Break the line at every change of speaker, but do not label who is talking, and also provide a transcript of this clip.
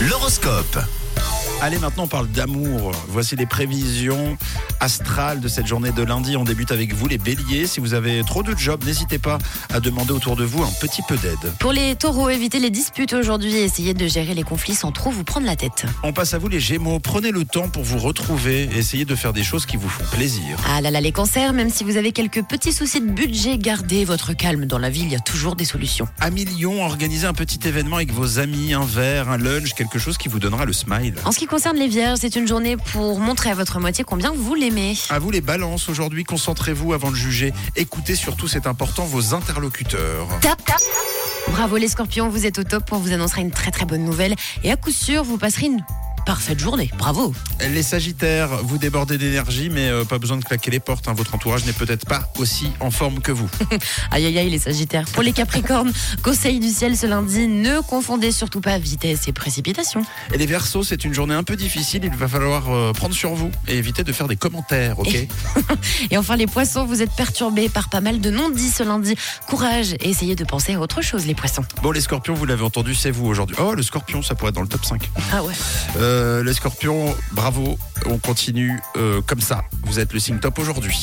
l'horoscope. Allez, maintenant on parle d'amour. Voici les prévisions astrales de cette journée de lundi. On débute avec vous les béliers. Si vous avez trop de jobs, n'hésitez pas à demander autour de vous un petit peu d'aide.
Pour les taureaux, évitez les disputes aujourd'hui et essayez de gérer les conflits sans trop vous prendre la tête.
On passe à vous les gémeaux. Prenez le temps pour vous retrouver et essayez de faire des choses qui vous font plaisir.
Ah là là, les cancers, même si vous avez quelques petits soucis de budget, gardez votre calme. Dans la vie, il y a toujours des solutions.
À Million, organisez un petit événement avec vos amis, un verre, un lunch, quelque chose qui vous donnera le smile.
En ce qui concerne les vierges, c'est une journée pour montrer à votre moitié combien vous l'aimez.
À vous les balances aujourd'hui, concentrez-vous avant de juger. Écoutez surtout, c'est important, vos interlocuteurs.
Tap, tap. Bravo les scorpions, vous êtes au top. On vous annoncera une très très bonne nouvelle. Et à coup sûr, vous passerez une parfaite journée. Bravo.
Les sagittaires, vous débordez d'énergie, mais euh, pas besoin de claquer les portes. hein. Votre entourage n'est peut-être pas aussi en forme que vous.
Aïe aïe aïe les sagittaires. Pour les capricornes, conseil du ciel ce lundi, ne confondez surtout pas vitesse et précipitation.
Et les versos, c'est une journée un peu difficile. Il va falloir euh, prendre sur vous et éviter de faire des commentaires, ok
Et enfin les poissons, vous êtes perturbés par pas mal de non-dits ce lundi. Courage et essayez de penser à autre chose les poissons.
Bon, les scorpions, vous l'avez entendu, c'est vous aujourd'hui. Oh, le scorpion, ça pourrait être dans le top 5.
Ah ouais.
Euh, les scorpions, bravo, on continue euh, comme ça. Vous êtes le signe top aujourd'hui.